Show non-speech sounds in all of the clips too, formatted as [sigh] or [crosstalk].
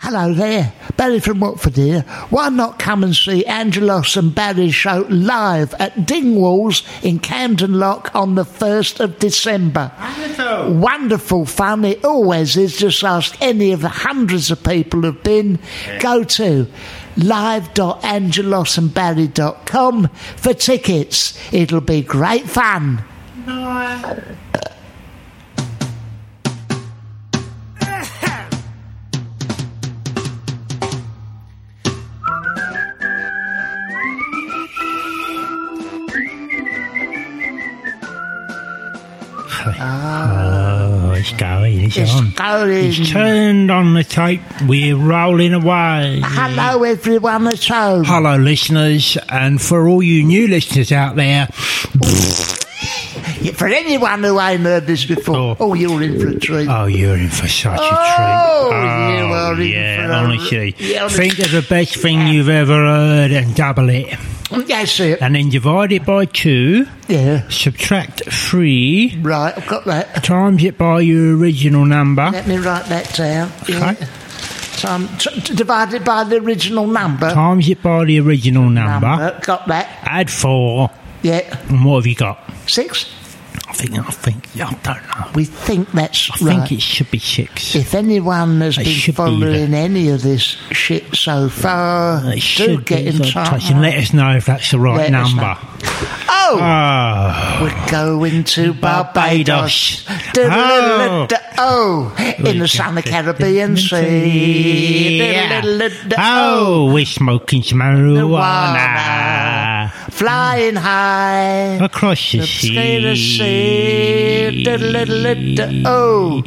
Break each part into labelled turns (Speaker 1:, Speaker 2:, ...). Speaker 1: hello there, Barry from Watford here. Why not come and see Angelos and Barry's show live at Dingwall's in Camden Lock on the 1st of December?
Speaker 2: Wonderful.
Speaker 1: Wonderful fun, it always is. Just ask any of the hundreds of people who've been. Go to live.angelosandbarry.com for tickets. It'll be great fun.
Speaker 2: Oh, it's going. It's,
Speaker 1: It's
Speaker 2: on. It's
Speaker 1: going.
Speaker 2: turned on the tape. We're rolling away.
Speaker 1: Hello, everyone at home.
Speaker 2: Hello, listeners, and for all you new listeners out there,
Speaker 1: For anyone who ain't heard this before,
Speaker 2: Oh.
Speaker 1: oh, you're in for a treat.
Speaker 2: oh, you're in for such a treat.
Speaker 1: Oh, you are in
Speaker 2: yeah,
Speaker 1: for a-
Speaker 2: honestly.
Speaker 1: yeah, honestly.
Speaker 2: Think of the best thing you've ever heard and double it.
Speaker 1: That's it.
Speaker 2: And then divide it by two,
Speaker 1: Yeah.
Speaker 2: subtract three,
Speaker 1: Right, I've got that.
Speaker 2: times it by your original number.
Speaker 1: Let me write that down. Yeah.
Speaker 2: Okay.
Speaker 1: So I'm t- t- divided by the original number. Uh,
Speaker 2: Times it by the original number.
Speaker 1: Got that.
Speaker 2: Add four.
Speaker 1: Yeah.
Speaker 2: And what have you got?
Speaker 1: Six.
Speaker 2: I think, I think, I don't know.
Speaker 1: We think that's
Speaker 2: I
Speaker 1: right.
Speaker 2: think it should be six.
Speaker 1: if anyone has
Speaker 2: It
Speaker 1: been
Speaker 2: should be
Speaker 1: following
Speaker 2: the-
Speaker 1: any of this shit so far,
Speaker 2: It
Speaker 1: do
Speaker 2: should
Speaker 1: get
Speaker 2: be
Speaker 1: in
Speaker 2: the
Speaker 1: touch.
Speaker 2: touch and let us know if that's the right
Speaker 1: Let us
Speaker 2: number.
Speaker 1: oh,
Speaker 2: Oh,
Speaker 1: we're going to Barbados.
Speaker 2: Barbados.
Speaker 1: Oh, oh. in the
Speaker 2: We
Speaker 1: sun of
Speaker 2: got
Speaker 1: Caribbean Sea.
Speaker 2: oh, we're smoking some marijuana
Speaker 1: Marijuana. Flying high.
Speaker 2: across the
Speaker 1: Scared
Speaker 2: sea.
Speaker 1: Oh.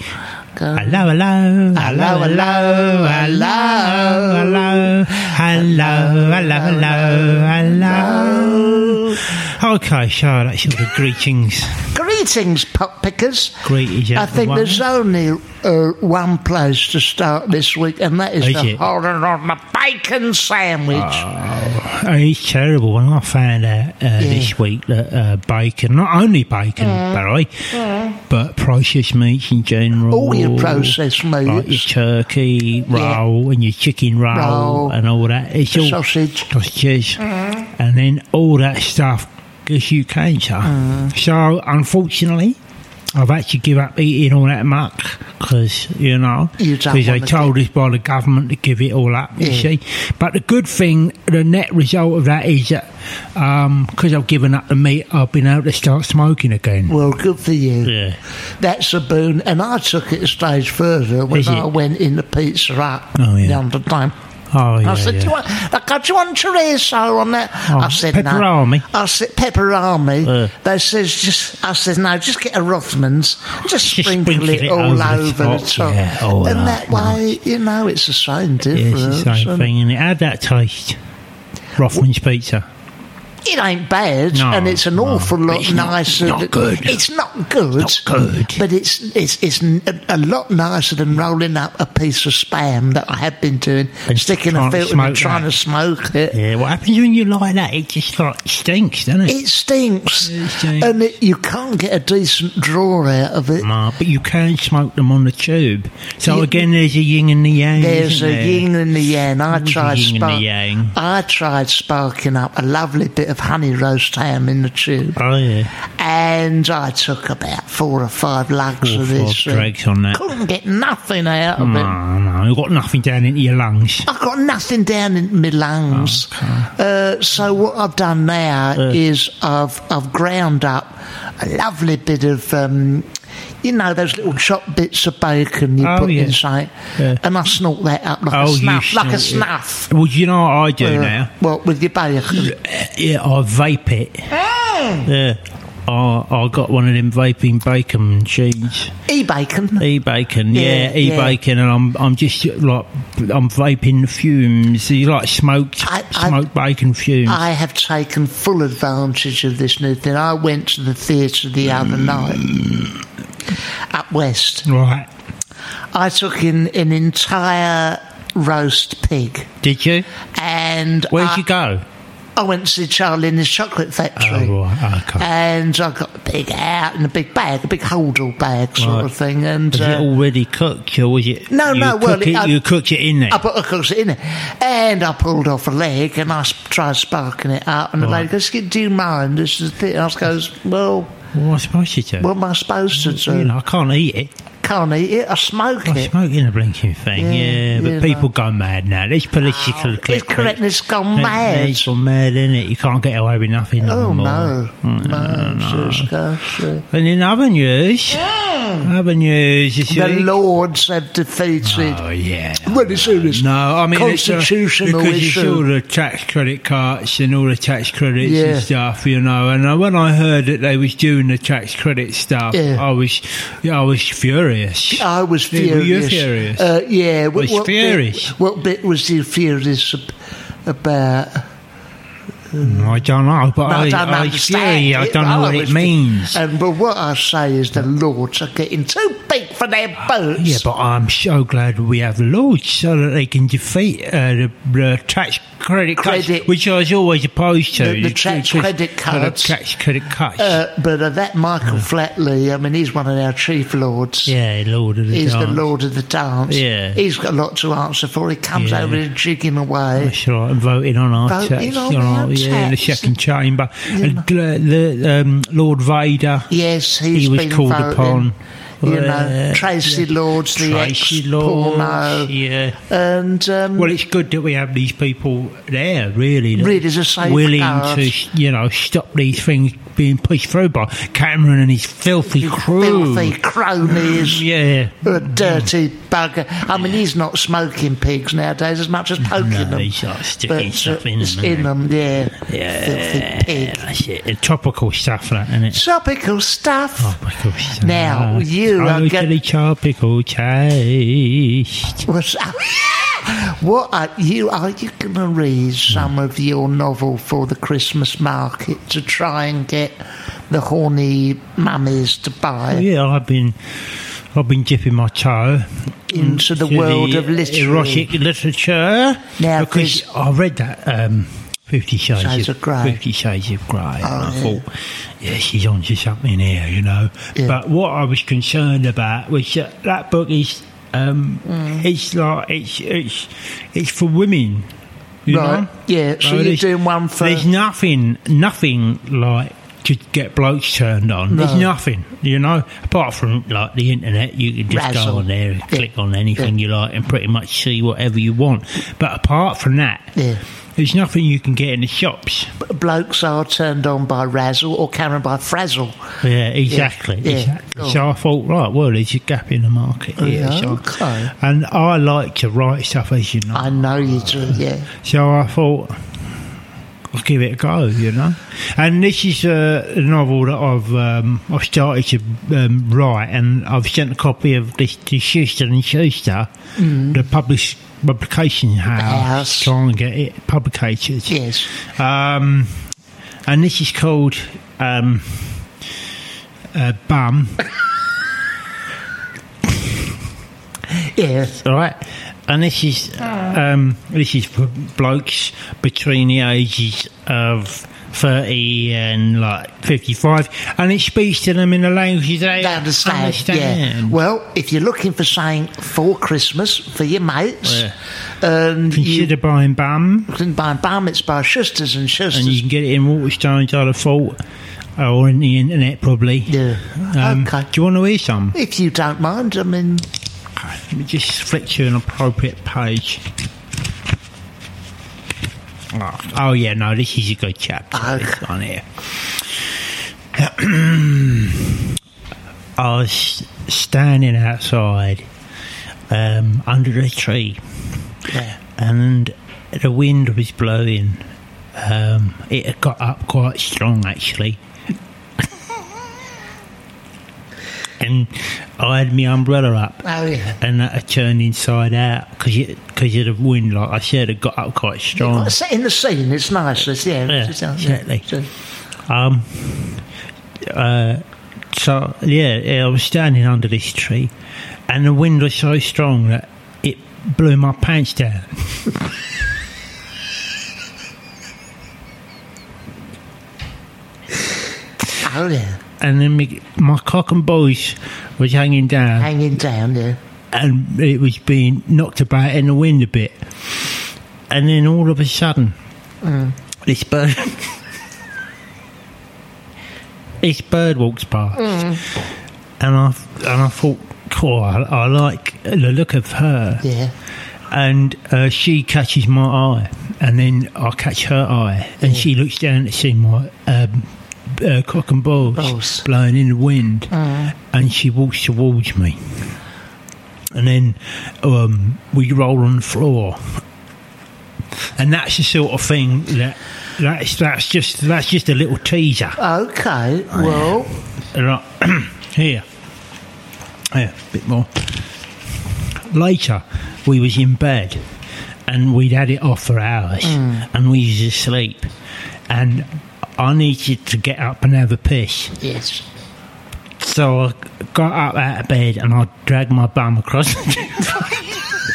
Speaker 2: Hello, hello, hello, hello, hello, hello, hello, hello, hello, hello. Okay, so that's all the greetings.
Speaker 1: Greetings, pop pickers.
Speaker 2: Greetings,
Speaker 1: I think
Speaker 2: everyone.
Speaker 1: there's only uh, one place to start this week, and that is,
Speaker 2: Is
Speaker 1: the
Speaker 2: it?
Speaker 1: horror on the bacon sandwich.
Speaker 2: Oh, it's terrible when I found out uh, this week that uh, bacon, not only bacon, Barry, but processed meats in general.
Speaker 1: All your Oh, processed
Speaker 2: Like your
Speaker 1: meats,
Speaker 2: turkey roll and your chicken roll,
Speaker 1: Roll.
Speaker 2: and all that. It's all
Speaker 1: sausage.
Speaker 2: sausages
Speaker 1: Mm-hmm.
Speaker 2: and then all that stuff gives you cancer.
Speaker 1: Mm.
Speaker 2: So, unfortunately, I've had to give up eating all that muck because, you know,
Speaker 1: You don't
Speaker 2: because they
Speaker 1: wanna
Speaker 2: told us by the government to give it all up, you
Speaker 1: Yeah.
Speaker 2: see. But the good thing, the net result of that is that because I've given up the meat, I've been able to start smoking again.
Speaker 1: Well, good for you.
Speaker 2: Yeah.
Speaker 1: That's a boon. And I took it a stage further when
Speaker 2: Is it?
Speaker 1: I went in the pizza hut
Speaker 2: Oh, yeah.
Speaker 1: the other time.
Speaker 2: Oh, yeah.
Speaker 1: I said,
Speaker 2: yeah.
Speaker 1: do you want, like, "Oh, do you want chorizo on that?
Speaker 2: Oh,
Speaker 1: I said,
Speaker 2: pepperoni.
Speaker 1: no. I said, pepperoni.
Speaker 2: Uh.
Speaker 1: They says, just, I said, no, just get a Rothman's. Just,
Speaker 2: Just
Speaker 1: sprinkle,
Speaker 2: sprinkle
Speaker 1: it,
Speaker 2: it
Speaker 1: all
Speaker 2: over the
Speaker 1: over the
Speaker 2: top,
Speaker 1: top.
Speaker 2: yeah. Oh,
Speaker 1: and
Speaker 2: no,
Speaker 1: that way, you know, it's the same
Speaker 2: Yeah,
Speaker 1: difference.
Speaker 2: it's the same
Speaker 1: and
Speaker 2: thing, and it had that taste. Rothman's pizza.
Speaker 1: It ain't bad,
Speaker 2: No,
Speaker 1: and it's an
Speaker 2: no,
Speaker 1: awful
Speaker 2: but
Speaker 1: lot
Speaker 2: it's not-
Speaker 1: nicer.
Speaker 2: not
Speaker 1: than-
Speaker 2: good.
Speaker 1: It's not good.
Speaker 2: Not good.
Speaker 1: But it's it's it's n- a lot nicer than rolling up a piece of spam that I have been doing,
Speaker 2: And
Speaker 1: sticking a
Speaker 2: trying to
Speaker 1: filter and
Speaker 2: smoke
Speaker 1: trying
Speaker 2: that.
Speaker 1: to smoke it.
Speaker 2: Yeah, what happens when you like that? It just like stinks, doesn't it?
Speaker 1: It stinks,
Speaker 2: It stinks.
Speaker 1: and it, you can't get a decent draw out of it.
Speaker 2: No, but you can smoke them on the tube. So
Speaker 1: Yeah.
Speaker 2: again, there's a yin and the yang.
Speaker 1: There's
Speaker 2: isn't
Speaker 1: a
Speaker 2: there?
Speaker 1: yin and the yang. I
Speaker 2: Always a
Speaker 1: tried
Speaker 2: yin and a
Speaker 1: spark-
Speaker 2: yang.
Speaker 1: I tried sparking up a lovely bit of honey roast ham in the tube,
Speaker 2: Oh yeah,
Speaker 1: and I took about four or five lugs
Speaker 2: four
Speaker 1: of
Speaker 2: four
Speaker 1: this. and
Speaker 2: dregs on that.
Speaker 1: couldn't get nothing out of it.
Speaker 2: No, no, you've got nothing down into your lungs.
Speaker 1: I've got nothing down in my lungs.
Speaker 2: Oh,
Speaker 1: Uh, so what I've done now is I've I've ground up a lovely bit of. Um, you know those little chopped bits of bacon you
Speaker 2: Oh,
Speaker 1: put
Speaker 2: yeah.
Speaker 1: inside,
Speaker 2: Yeah.
Speaker 1: and I snort that up like
Speaker 2: Oh,
Speaker 1: a
Speaker 2: you
Speaker 1: snuff, like a
Speaker 2: snort it.
Speaker 1: snuff.
Speaker 2: Well, you know what I do
Speaker 1: Uh,
Speaker 2: now?
Speaker 1: Well, with your bacon.
Speaker 2: Yeah, I vape it. Yeah, I, I got one of them vaping bacon machines.
Speaker 1: E bacon.
Speaker 2: E bacon,
Speaker 1: Yeah,
Speaker 2: yeah, e bacon, and I'm I'm just like I'm vaping the fumes. You like smoked
Speaker 1: I- I-
Speaker 2: smoked bacon fumes.
Speaker 1: I have taken full advantage of this new thing. I went to the theatre the other night
Speaker 2: Mm.
Speaker 1: up west.
Speaker 2: right?
Speaker 1: I took in an entire roast pig.
Speaker 2: Did you?
Speaker 1: And
Speaker 2: Where'd
Speaker 1: I,
Speaker 2: you go?
Speaker 1: I went to see Charlie in his chocolate factory.
Speaker 2: Oh, right, okay.
Speaker 1: And I got big out in a big bag, a big holdall bag sort
Speaker 2: Right.
Speaker 1: of thing. And
Speaker 2: Was it already cooked, or was it?
Speaker 1: Uh, No,
Speaker 2: you
Speaker 1: no,
Speaker 2: Cook
Speaker 1: well, uh,
Speaker 2: it,
Speaker 1: it- I-
Speaker 2: you cooked it in there.
Speaker 1: I put a course in it, and I pulled off a leg, and I s- tried sparking it up, and the lady goes, "Do you mind?" This is the thing. I goes, "Well,
Speaker 2: what am I supposed to do?
Speaker 1: what am I supposed to
Speaker 2: you
Speaker 1: do?
Speaker 2: know, I can't eat it.
Speaker 1: Can't eat it. I smoke
Speaker 2: I
Speaker 1: it."
Speaker 2: smoke in a blinking thing.
Speaker 1: Yeah,
Speaker 2: Yeah, but
Speaker 1: yeah, Oh,
Speaker 2: people go mad now. This political
Speaker 1: it's
Speaker 2: clickbait.
Speaker 1: correctness gone
Speaker 2: They-
Speaker 1: mad.
Speaker 2: It's gone mad, isn't it? You can't get away with nothing
Speaker 1: Oh
Speaker 2: anymore.
Speaker 1: no,
Speaker 2: Mm,
Speaker 1: no, just go see.
Speaker 2: And in other news, other news, you see.
Speaker 1: The Lords have defeated.
Speaker 2: Oh yeah.
Speaker 1: Well, it's serious.
Speaker 2: No, I mean it's a-
Speaker 1: Constitutional
Speaker 2: because it's
Speaker 1: issue.
Speaker 2: all the tax credit cards and all the tax credits
Speaker 1: Yeah.
Speaker 2: and stuff, you know. And uh, when I heard that they was doing the tax credit stuff,
Speaker 1: Yeah.
Speaker 2: I was, yeah, I was furious.
Speaker 1: I was
Speaker 2: Yeah, were
Speaker 1: furious.
Speaker 2: you furious?
Speaker 1: Uh, yeah.
Speaker 2: Was furious?
Speaker 1: Bit, what bit was you furious ab- about?
Speaker 2: I don't know, but
Speaker 1: I,
Speaker 2: I,
Speaker 1: don't
Speaker 2: I, was
Speaker 1: understand.
Speaker 2: furious. I
Speaker 1: it. Oh,
Speaker 2: don't know what
Speaker 1: was uh,
Speaker 2: it
Speaker 1: fi-
Speaker 2: means.
Speaker 1: And but what I say is the Lords are getting too big for their boots.
Speaker 2: Ah, Yeah, but I'm so glad we have Lords so that they can defeat uh, the, the tax credit, cuts,
Speaker 1: Credit.
Speaker 2: which I was always opposed to.
Speaker 1: The- the tax credit
Speaker 2: The
Speaker 1: cuts.
Speaker 2: tax credit cuts.
Speaker 1: uh, but uh, that Michael Flatley, I mean, he's one of our chief lords.
Speaker 2: Ah. yeah, Lord of the
Speaker 1: He's the
Speaker 2: Dance.
Speaker 1: lord of the dance.
Speaker 2: Yeah.
Speaker 1: He's got a lot to answer for. He comes
Speaker 2: Yeah.
Speaker 1: over here jigging away.
Speaker 2: That's right, and voting on our
Speaker 1: Voting
Speaker 2: tax,
Speaker 1: on
Speaker 2: you
Speaker 1: our
Speaker 2: know, yeah, in the
Speaker 1: tax.
Speaker 2: second chamber. And uh, the um, Lord Vader,
Speaker 1: Yes, he's
Speaker 2: He was
Speaker 1: been
Speaker 2: called
Speaker 1: voting.
Speaker 2: upon.
Speaker 1: You know,
Speaker 2: Uh,
Speaker 1: Tracy Lords, the
Speaker 2: Tracy
Speaker 1: ex
Speaker 2: Lords,
Speaker 1: porno,
Speaker 2: yeah.
Speaker 1: and um,
Speaker 2: Well, it's good that we have these people there, really, that
Speaker 1: Really, as a safeguard.
Speaker 2: willing to, you know, stop these things being pushed through by Cameron and his filthy crew.
Speaker 1: filthy cronies.
Speaker 2: Yeah.
Speaker 1: A dirty bugger. I mean, he's not smoking pigs nowadays as much as poking
Speaker 2: No,
Speaker 1: them. uh,
Speaker 2: he's not sticking stuff in
Speaker 1: it's
Speaker 2: them,
Speaker 1: in them, yeah.
Speaker 2: Yeah,
Speaker 1: Filthy pig.
Speaker 2: that's it. The tropical stuff, that, isn't it?
Speaker 1: Tropical stuff.
Speaker 2: Tropical stuff.
Speaker 1: Now, you are
Speaker 2: Totally
Speaker 1: gonna-
Speaker 2: tropical taste.
Speaker 1: What's [laughs] what are you? Are you going to read some of your novel for the Christmas market to try and get the horny mummies to buy
Speaker 2: Yeah, I've been, I've been dipping my toe
Speaker 1: into the
Speaker 2: to
Speaker 1: world
Speaker 2: the
Speaker 1: of literature?
Speaker 2: erotic literature.
Speaker 1: Now,
Speaker 2: because
Speaker 1: Chris-
Speaker 2: I read that um, Fifty Shades,
Speaker 1: Shades of Grey. Oh,
Speaker 2: Fifty Shades of Grey, and I
Speaker 1: yeah.
Speaker 2: thought, yeah, she's on to something here, you know.
Speaker 1: Yeah.
Speaker 2: But what I was concerned about was that that book is, um,
Speaker 1: Mm.
Speaker 2: it's like it's it's it's for women. You
Speaker 1: Right,
Speaker 2: know?
Speaker 1: yeah, so you're
Speaker 2: there's-
Speaker 1: doing one for-
Speaker 2: There's nothing, nothing like to get blokes turned on. There's
Speaker 1: No.
Speaker 2: nothing, you know, apart from like the internet. You can just
Speaker 1: Razzle.
Speaker 2: go on there and
Speaker 1: Yeah.
Speaker 2: click on anything you like and pretty much see whatever you want. But apart from that,
Speaker 1: Yeah.
Speaker 2: there's nothing you can get in the shops.
Speaker 1: Blokes are turned on by razzle or Karen by frazzle.
Speaker 2: Yeah, exactly.
Speaker 1: Yeah.
Speaker 2: exactly.
Speaker 1: Cool.
Speaker 2: So I thought, right, well, there's a gap in the market here.
Speaker 1: Yeah,
Speaker 2: so-
Speaker 1: okay.
Speaker 2: And I like to write stuff, as you know.
Speaker 1: I know you do, yeah.
Speaker 2: So I thought, I'll give it a go, you know. And this is a novel that I've um, I've started to um, write, and I've sent a copy of this to Schuster and Schuster, the publish publication
Speaker 1: house.
Speaker 2: house, trying to get it publicated.
Speaker 1: Yes.
Speaker 2: Um, and this is called um, uh, Bum,
Speaker 1: Yeah.
Speaker 2: all right? And this is um, this is for blokes between the ages of thirty and like fifty-five, and it speaks to them in a language they
Speaker 1: They understand, yeah.
Speaker 2: understand.
Speaker 1: Well, if you're looking for something for Christmas for your mates,
Speaker 2: Yeah.
Speaker 1: and you
Speaker 2: Consider buying Bum,
Speaker 1: can buy bam, it's by Schusters and Schusters.
Speaker 2: and you can get it in Waterstones, I'd have thought, or on the internet probably.
Speaker 1: Yeah.
Speaker 2: Um,
Speaker 1: okay.
Speaker 2: Do you want to hear some?
Speaker 1: If you don't mind, I mean,
Speaker 2: Let me just flick to an appropriate page. Oh, oh, yeah, no, this is a good chapter. It's on here. [clears throat] I was standing outside um, under a tree
Speaker 1: yeah.
Speaker 2: and the wind was blowing. Um, it had got up quite strong actually. [laughs] and I had my umbrella up
Speaker 1: Oh, yeah.
Speaker 2: and that had turned inside out because because of the wind. Like I said, it got up quite strong.
Speaker 1: Set in the scene, it's nice. It's, yeah,
Speaker 2: Yeah,
Speaker 1: it's- yeah.
Speaker 2: exactly.
Speaker 1: So-
Speaker 2: Um, uh, so yeah, yeah, I was standing under this tree, and the wind was so strong that it blew my pants down.
Speaker 1: Oh, yeah.
Speaker 2: and then me, my cock and balls was hanging down,
Speaker 1: hanging down, yeah.
Speaker 2: and it was being knocked about in the wind a bit. And then all of a sudden, this bird, this bird walks past, and I and I thought, cool, I, I like the look of her,
Speaker 1: Yeah.
Speaker 2: and uh, she catches my eye, and then I catch her eye, and she looks down to see my. Um, uh, cock and balls,
Speaker 1: Balls.
Speaker 2: blowing in the wind, and she walks towards me. And then um, we roll on the floor, and that's the sort of thing that that's that's just that's just a little teaser.
Speaker 1: Okay.
Speaker 2: Oh,
Speaker 1: Well,
Speaker 2: Right. [clears throat] Here. Here, a bit more. Later, we was in bed and we'd had it off for hours and we was asleep. And I needed to get up and have a piss.
Speaker 1: yes.
Speaker 2: So I got up out of bed and I dragged my bum across the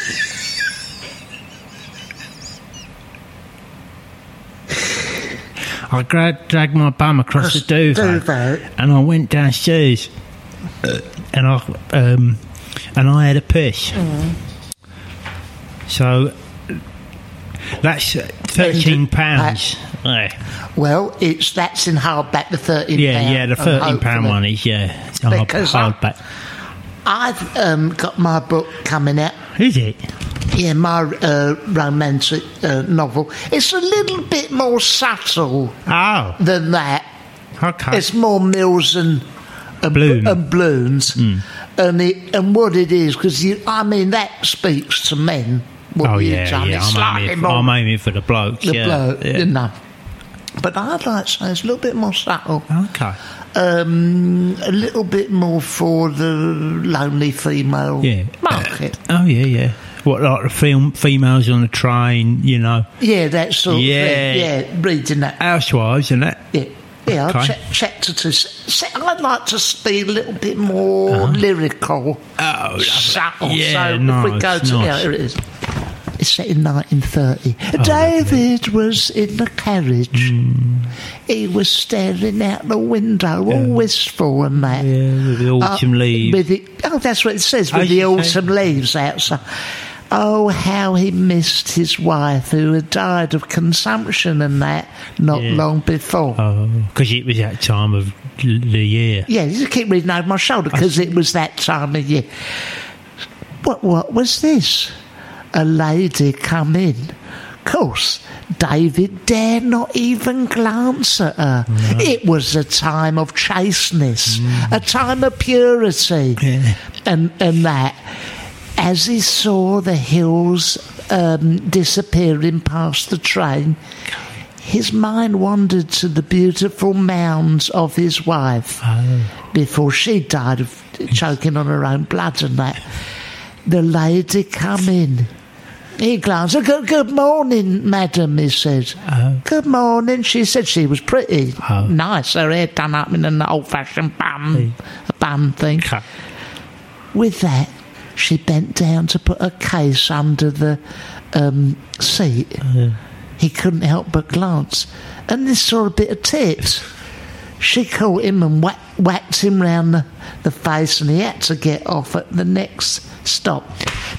Speaker 2: I gra- dragged my bum across the
Speaker 1: Across
Speaker 2: duvet,
Speaker 1: duvet.
Speaker 2: and I went downstairs and I um, and I had a piss.
Speaker 1: Mm.
Speaker 2: So that's thirteen pounds. Yeah.
Speaker 1: Well, it's that's in hardback the thirteen.
Speaker 2: Yeah,
Speaker 1: pound,
Speaker 2: yeah, the
Speaker 1: and
Speaker 2: thirteen pound
Speaker 1: hopefully-
Speaker 2: one is yeah. It's a hard,
Speaker 1: Because
Speaker 2: hard
Speaker 1: I-
Speaker 2: back.
Speaker 1: I've um, got my book coming out.
Speaker 2: Is it?
Speaker 1: Yeah, my uh, romantic uh, novel. It's a little bit more subtle
Speaker 2: Oh,
Speaker 1: than that.
Speaker 2: okay.
Speaker 1: It's more Mills and and,
Speaker 2: Bloom.
Speaker 1: and Blooms,
Speaker 2: Hmm.
Speaker 1: and it, and what it is because I mean that speaks to men. What
Speaker 2: oh
Speaker 1: you've
Speaker 2: yeah,
Speaker 1: done.
Speaker 2: yeah.
Speaker 1: It's
Speaker 2: I'm
Speaker 1: slightly
Speaker 2: aiming, for,
Speaker 1: more
Speaker 2: I'm aiming for the blokes.
Speaker 1: the
Speaker 2: yeah,
Speaker 1: bloke,
Speaker 2: yeah.
Speaker 1: you know. But I'd like to say it's a little bit more subtle,
Speaker 2: Okay.
Speaker 1: um, a little bit more for the lonely female
Speaker 2: Yeah.
Speaker 1: market.
Speaker 2: Oh yeah, yeah. What like the film females on the train? You know,
Speaker 1: Yeah, that sort
Speaker 2: Yeah.
Speaker 1: of thing. Yeah, reading that.
Speaker 2: housewives and that.
Speaker 1: Yeah, yeah.
Speaker 2: Okay.
Speaker 1: I'll check, check to, to se- I'd like to be a little bit more lyrical,
Speaker 2: Oh,
Speaker 1: subtle.
Speaker 2: Uh-huh. Yeah,
Speaker 1: so if we
Speaker 2: nice,
Speaker 1: go to yeah,
Speaker 2: nice. Oh,
Speaker 1: here it is. It's set in 1930. David was in the carriage.
Speaker 2: Hmm.
Speaker 1: He was staring out the window, all wistful and that.
Speaker 2: Yeah, with the autumn
Speaker 1: Uh,
Speaker 2: leaves.
Speaker 1: With the, oh, that's what it says,
Speaker 2: Oh,
Speaker 1: with the
Speaker 2: you say-
Speaker 1: autumn leaves outside. Oh, how he missed his wife who had died of consumption and that not
Speaker 2: Yeah.
Speaker 1: long before.
Speaker 2: because Oh, it was that time of l- the year.
Speaker 1: Yeah, you just keep reading over my shoulder because it was that time of year. What, what was this? A lady come in. Of course, David dare not even glance at her. It was a time of chasteness, a time of purity,
Speaker 2: Yeah.
Speaker 1: and, and that. As he saw the hills um, disappearing past the train, his mind wandered to the beautiful mounds of his wife
Speaker 2: Oh,
Speaker 1: before she died of choking on her own blood and that. The lady come in. He glanced. "Oh, Good, good morning, madam, he said. Good morning. She said she was pretty.
Speaker 2: Oh.
Speaker 1: Nice. Her hair done up in an old fashioned bun, a bun thing.
Speaker 2: Cut.
Speaker 1: With that, she bent down to put a case under the um, seat. He couldn't help but glance, and they saw a bit of tits. She caught him and whack, whacked him round the, the face, and he had to get off at the next stop.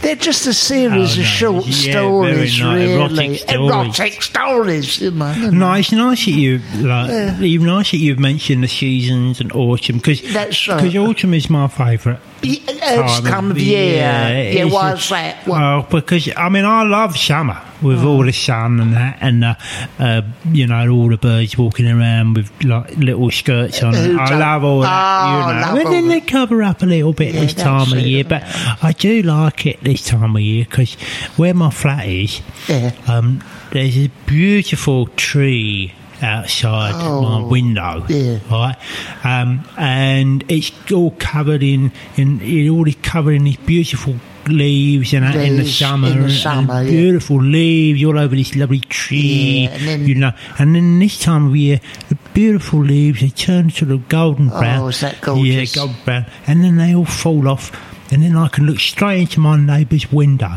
Speaker 1: They're just a series
Speaker 2: Oh,
Speaker 1: of
Speaker 2: no.
Speaker 1: short
Speaker 2: Yeah, very
Speaker 1: stories,
Speaker 2: nice. Erotic
Speaker 1: really.
Speaker 2: stories.
Speaker 1: Erotic stories, you
Speaker 2: [laughs]
Speaker 1: know.
Speaker 2: No, it's nice that you like. It's nice that you've mentioned the seasons and autumn because
Speaker 1: That's right.
Speaker 2: autumn is my favourite.
Speaker 1: Y- It's
Speaker 2: time of
Speaker 1: come of
Speaker 2: the
Speaker 1: year.
Speaker 2: it
Speaker 1: Yeah,
Speaker 2: is
Speaker 1: why
Speaker 2: a-
Speaker 1: is that? Well,
Speaker 2: Oh, because I mean, I love summer with all the sun and that, and uh, uh, you know, all the birds walking around with like little skirts on.
Speaker 1: Who
Speaker 2: I
Speaker 1: don't-
Speaker 2: love all
Speaker 1: Oh,
Speaker 2: that.
Speaker 1: love
Speaker 2: you know.
Speaker 1: all
Speaker 2: And then
Speaker 1: that.
Speaker 2: they cover up a little bit
Speaker 1: Yeah,
Speaker 2: this
Speaker 1: that's
Speaker 2: time of
Speaker 1: it,
Speaker 2: year, but I do like it this time of year because where my flat is,
Speaker 1: yeah.
Speaker 2: um, there's a beautiful tree outside my
Speaker 1: Oh,
Speaker 2: window,
Speaker 1: yeah.
Speaker 2: right? Um, and it's all covered in, in it already covered in these beautiful leaves and that in the
Speaker 1: Leaves
Speaker 2: summer,
Speaker 1: in the
Speaker 2: and- and
Speaker 1: summer, yeah.
Speaker 2: beautiful leaves all over this lovely tree,
Speaker 1: Yeah, and then-
Speaker 2: you know. And then this time of year, the beautiful leaves they turn sort of golden
Speaker 1: Oh,
Speaker 2: brown,
Speaker 1: is that gorgeous.
Speaker 2: Yeah, golden brown, and then they all fall off. and then I can look straight into my neighbour's window.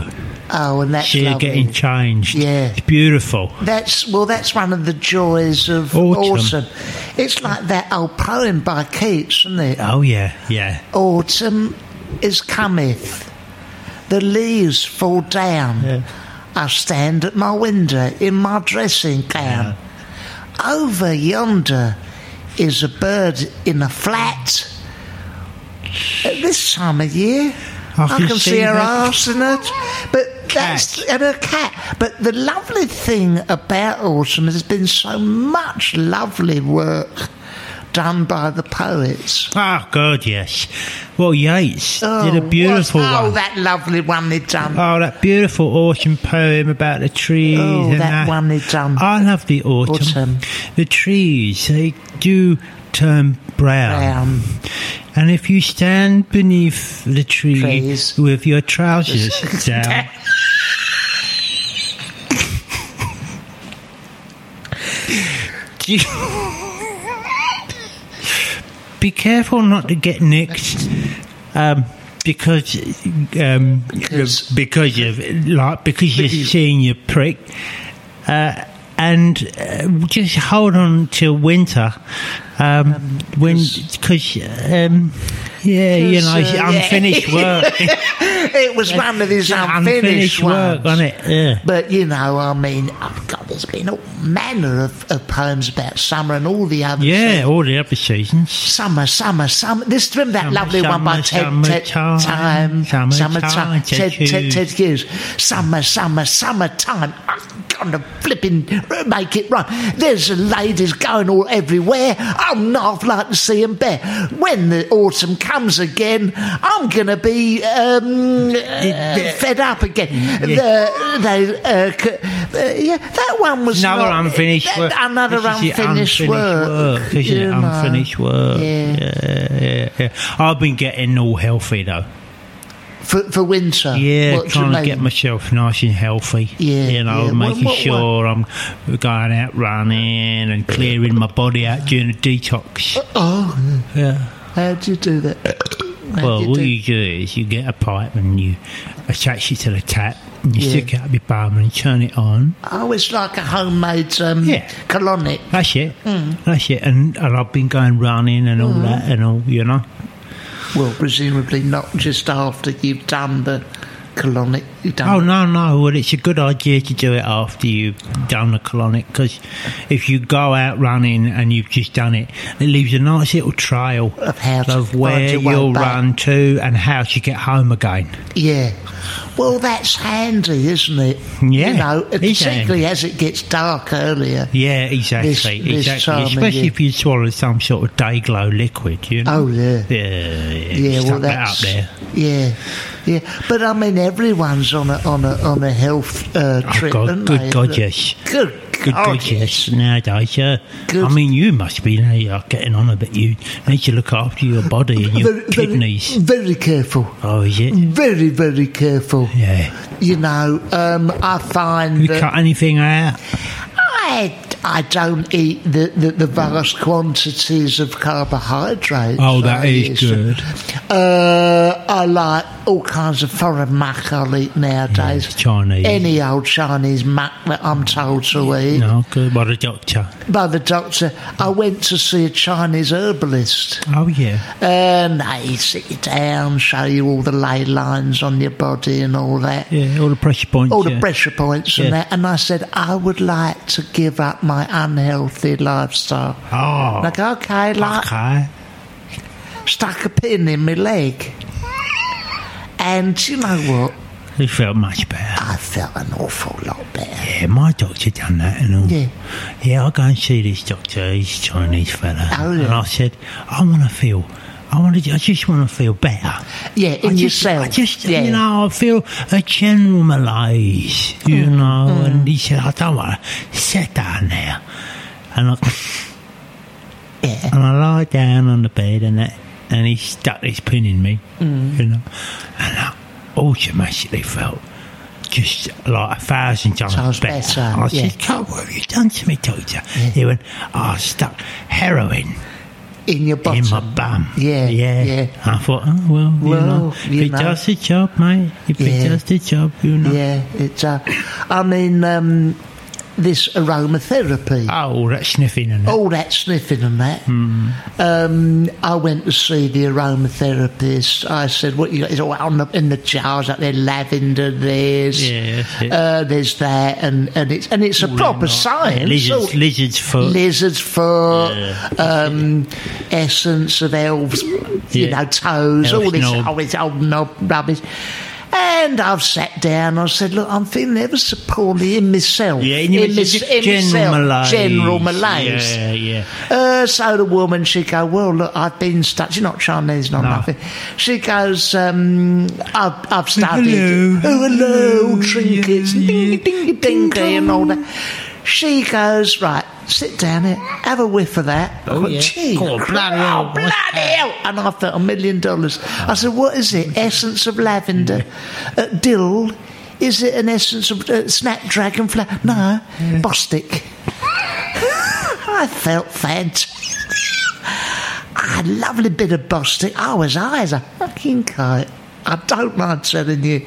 Speaker 1: Oh, and that's
Speaker 2: She's
Speaker 1: lovely.
Speaker 2: getting changed.
Speaker 1: Yeah.
Speaker 2: It's beautiful.
Speaker 1: That's well. That's one of the joys of
Speaker 2: Autumn.
Speaker 1: autumn. It's like that old poem by Keats, isn't it?
Speaker 2: Oh, yeah, yeah.
Speaker 1: Autumn is cometh. The leaves fall down.
Speaker 2: Yeah.
Speaker 1: I stand at my window in my dressing gown. Over yonder is a bird in a flat. At this time of year, I, can, see, her
Speaker 2: that.
Speaker 1: arse and her, but that's and her cat. But the lovely thing about autumn has been so much lovely work done by the poets.
Speaker 2: Oh, God, yes. Well, Yeats did a
Speaker 1: Oh, what-
Speaker 2: beautiful one.
Speaker 1: Oh, that lovely one they've done.
Speaker 2: Oh, that beautiful autumn poem about the trees.
Speaker 1: Oh,
Speaker 2: and
Speaker 1: that one they done.
Speaker 2: I love the autumn.
Speaker 1: Autumn.
Speaker 2: The trees, they do turn brown.
Speaker 1: Brown.
Speaker 2: And if you stand beneath the tree
Speaker 1: Trees.
Speaker 2: with your trousers down, you- be careful not to get nicked. Um, because, um,
Speaker 1: Because-
Speaker 2: because you've like because you're seeing your prick, uh, and uh, just hold on till winter, um, when because um, yeah, you
Speaker 1: 'cause,
Speaker 2: know,
Speaker 1: uh,
Speaker 2: it's
Speaker 1: yeah. [laughs]
Speaker 2: unfinished work,
Speaker 1: it was one of his unfinished,
Speaker 2: unfinished work,
Speaker 1: ones.
Speaker 2: on it? Yeah.
Speaker 1: But you know, I mean, oh God, there's been all manner of, of poems about summer and all the other
Speaker 2: Yeah,
Speaker 1: things.
Speaker 2: all the other seasons.
Speaker 1: Summer, summer, summer. This remember that
Speaker 2: Summer,
Speaker 1: lovely one by Ted,
Speaker 2: summer,
Speaker 1: Ted
Speaker 2: summertime,
Speaker 1: Time,
Speaker 2: summertime,
Speaker 1: summertime, Ted,
Speaker 2: Ted
Speaker 1: Ted, Ted,
Speaker 2: Hughes.
Speaker 1: Hughes. Summer, summer, summertime. I'm gonna flipping make it rhyme. There's ladies going all everywhere. I'm not like to see 'em bare. When the autumn comes again, I'm gonna be um, uh, fed up again. The, they, uh, c- uh, yeah, that one was
Speaker 2: Another
Speaker 1: not-
Speaker 2: unfinished
Speaker 1: that-
Speaker 2: work.
Speaker 1: Another
Speaker 2: This is the
Speaker 1: unfinished, work.
Speaker 2: Isn't
Speaker 1: you
Speaker 2: it?
Speaker 1: know.
Speaker 2: Unfinished work.
Speaker 1: Yeah.
Speaker 2: Yeah, yeah, yeah. I've been getting all healthy though.
Speaker 1: for, for winter.
Speaker 2: Yeah,
Speaker 1: What do you
Speaker 2: trying to
Speaker 1: mean?
Speaker 2: get myself nice and healthy.
Speaker 1: Yeah,
Speaker 2: you
Speaker 1: yeah.
Speaker 2: know,
Speaker 1: What-
Speaker 2: making
Speaker 1: what- what-
Speaker 2: sure I'm going out running and clearing my body out during the detox.
Speaker 1: Oh,
Speaker 2: Yeah.
Speaker 1: how do you do that? How
Speaker 2: Well,
Speaker 1: do
Speaker 2: what
Speaker 1: do-
Speaker 2: you do is you get a pipe and you attach it to the tap and you
Speaker 1: Yeah.
Speaker 2: stick it up your bum and turn it on.
Speaker 1: Oh, it's like a homemade um,
Speaker 2: Yeah.
Speaker 1: colonic.
Speaker 2: That's it.
Speaker 1: Hmm.
Speaker 2: That's it. And, and I've been going running and all that and all, you know.
Speaker 1: Well, presumably not just after you've done the colonic. You've done
Speaker 2: Oh no, no! Well, it's a good idea to do it after you've done the colonic because if you go out running and you've just done it, it leaves a nice little trail
Speaker 1: Of how to
Speaker 2: Oh, of
Speaker 1: find
Speaker 2: where
Speaker 1: your way
Speaker 2: you'll
Speaker 1: back.
Speaker 2: run to and how to get home again.
Speaker 1: Yeah. Well, that's handy, isn't it?
Speaker 2: Yeah,
Speaker 1: You know,
Speaker 2: it is
Speaker 1: particularly as it gets dark earlier.
Speaker 2: Yeah, exactly,
Speaker 1: This- this time
Speaker 2: exactly.
Speaker 1: of
Speaker 2: Especially
Speaker 1: year.
Speaker 2: if you swallow some sort of day glow liquid, you know.
Speaker 1: Oh, yeah.
Speaker 2: yeah, yeah.
Speaker 1: Yeah,
Speaker 2: Stuck
Speaker 1: well,
Speaker 2: that
Speaker 1: that's
Speaker 2: up there.
Speaker 1: yeah, yeah. But I mean, everyone's on a on a on a health uh,
Speaker 2: Oh
Speaker 1: trip,
Speaker 2: God,
Speaker 1: aren't
Speaker 2: good
Speaker 1: they?
Speaker 2: God, yes.
Speaker 1: Good,
Speaker 2: Good
Speaker 1: God,
Speaker 2: God, yes, nowadays, yeah.
Speaker 1: Oh, Good.
Speaker 2: I mean, you must be now you're getting on a bit. You need to look after your
Speaker 1: [laughs]
Speaker 2: body and your
Speaker 1: Very- very-
Speaker 2: kidneys.
Speaker 1: very careful.
Speaker 2: Oh, is it?
Speaker 1: very, very careful.
Speaker 2: Yeah.
Speaker 1: You know, um, I find
Speaker 2: You
Speaker 1: that
Speaker 2: cut anything out?
Speaker 1: I, I don't eat the, the, the vast quantities of carbohydrates.
Speaker 2: Oh, that
Speaker 1: I used
Speaker 2: is
Speaker 1: to.
Speaker 2: good.
Speaker 1: Uh, I like all kinds of foreign muck I'll eat nowadays.
Speaker 2: Yes, Chinese.
Speaker 1: Any old Chinese muck that I'm told to eat
Speaker 2: No, Oh, good. What a doctor.
Speaker 1: by the doctor. I went to see a Chinese herbalist.
Speaker 2: Oh, yeah.
Speaker 1: And they sit you down, show you all the ley lines on your body and all that.
Speaker 2: Yeah, all the pressure points.
Speaker 1: all
Speaker 2: yeah.
Speaker 1: the pressure points and
Speaker 2: Yeah.
Speaker 1: that. And I said, I would like to give up my unhealthy lifestyle.
Speaker 2: Oh,
Speaker 1: Like, uh, okay, like,
Speaker 2: okay.
Speaker 1: stuck a pin in my leg. And you know what?
Speaker 2: It felt much better.
Speaker 1: I felt an awful lot better.
Speaker 2: Yeah, my doctor done that and all.
Speaker 1: Yeah.
Speaker 2: Yeah, I go and see this doctor. He's Chinese fella.
Speaker 1: Oh, yeah.
Speaker 2: And I said, I want to feel... I want to. I just want to feel better.
Speaker 1: Yeah, in
Speaker 2: I just,
Speaker 1: yourself.
Speaker 2: I just,
Speaker 1: yeah.
Speaker 2: you know, I feel a general malaise, you
Speaker 1: Mm.
Speaker 2: know. And he said, I don't want to sit down there. And I
Speaker 1: yeah.
Speaker 2: And I lie down on the bed and that, and he stuck his pin in me,
Speaker 1: Mm.
Speaker 2: you know, and I automatically felt just like a thousand times
Speaker 1: Sounds
Speaker 2: better.
Speaker 1: better,
Speaker 2: I
Speaker 1: yeah.
Speaker 2: said, God, what have you done to me, doctor? He went, oh, I stuck heroin
Speaker 1: in your bottom.
Speaker 2: In my bum.
Speaker 1: Yeah,
Speaker 2: yeah.
Speaker 1: yeah.
Speaker 2: I thought, oh, well, you
Speaker 1: Well,
Speaker 2: know,
Speaker 1: you
Speaker 2: if it
Speaker 1: know.
Speaker 2: does the job, mate. If
Speaker 1: Yeah.
Speaker 2: it does the job, you know.
Speaker 1: Yeah, it's. Uh, I mean, um, this aromatherapy.
Speaker 2: Oh, that sniffing and that.
Speaker 1: all that sniffing and that. Um, I went to see the aromatherapist. I said, "What you got?" He said, well, on the, in the jars out there, lavender. There's
Speaker 2: Yeah, that's it.
Speaker 1: uh, there's that, and, and it's and it's a proper science.
Speaker 2: Lizards,
Speaker 1: Oh,
Speaker 2: lizards foot.
Speaker 1: lizard's foot, um, essence of elves, you
Speaker 2: Yeah.
Speaker 1: know, toes,
Speaker 2: Elf
Speaker 1: all this,
Speaker 2: knob.
Speaker 1: all this old knob rubbish. And I've sat down. I said, "Look, I'm feeling ever so poorly in myself.
Speaker 2: yeah, and you
Speaker 1: in
Speaker 2: was
Speaker 1: mys-
Speaker 2: just
Speaker 1: in
Speaker 2: general
Speaker 1: myself.
Speaker 2: malaise.
Speaker 1: General malaise.
Speaker 2: Yeah, yeah.
Speaker 1: Uh, so the woman, she go, well, look, I've been stuck. She's not Chinese, not
Speaker 2: No.
Speaker 1: nothing. She goes, um, I've, I've studied.
Speaker 2: Hello.
Speaker 1: Oh, hello, trinkets,
Speaker 2: Yeah,
Speaker 1: ding,
Speaker 2: yeah.
Speaker 1: ding, ding, ding, and all that. She goes, right, sit down here, have a whiff of that.
Speaker 2: Oh,
Speaker 1: I went,
Speaker 2: yeah.
Speaker 1: Gee,
Speaker 2: Oh,
Speaker 1: cr-
Speaker 2: bloody hell,
Speaker 1: oh,
Speaker 2: what's
Speaker 1: bloody hell. And I felt a million dollars. I said, what is it? Essence of lavender, uh, dill. Is it an essence of uh, snapdragon flower? No, bostic. [laughs] I felt fantastic. A lovely bit of Bostic. I was high as a fucking kite. I don't mind telling you.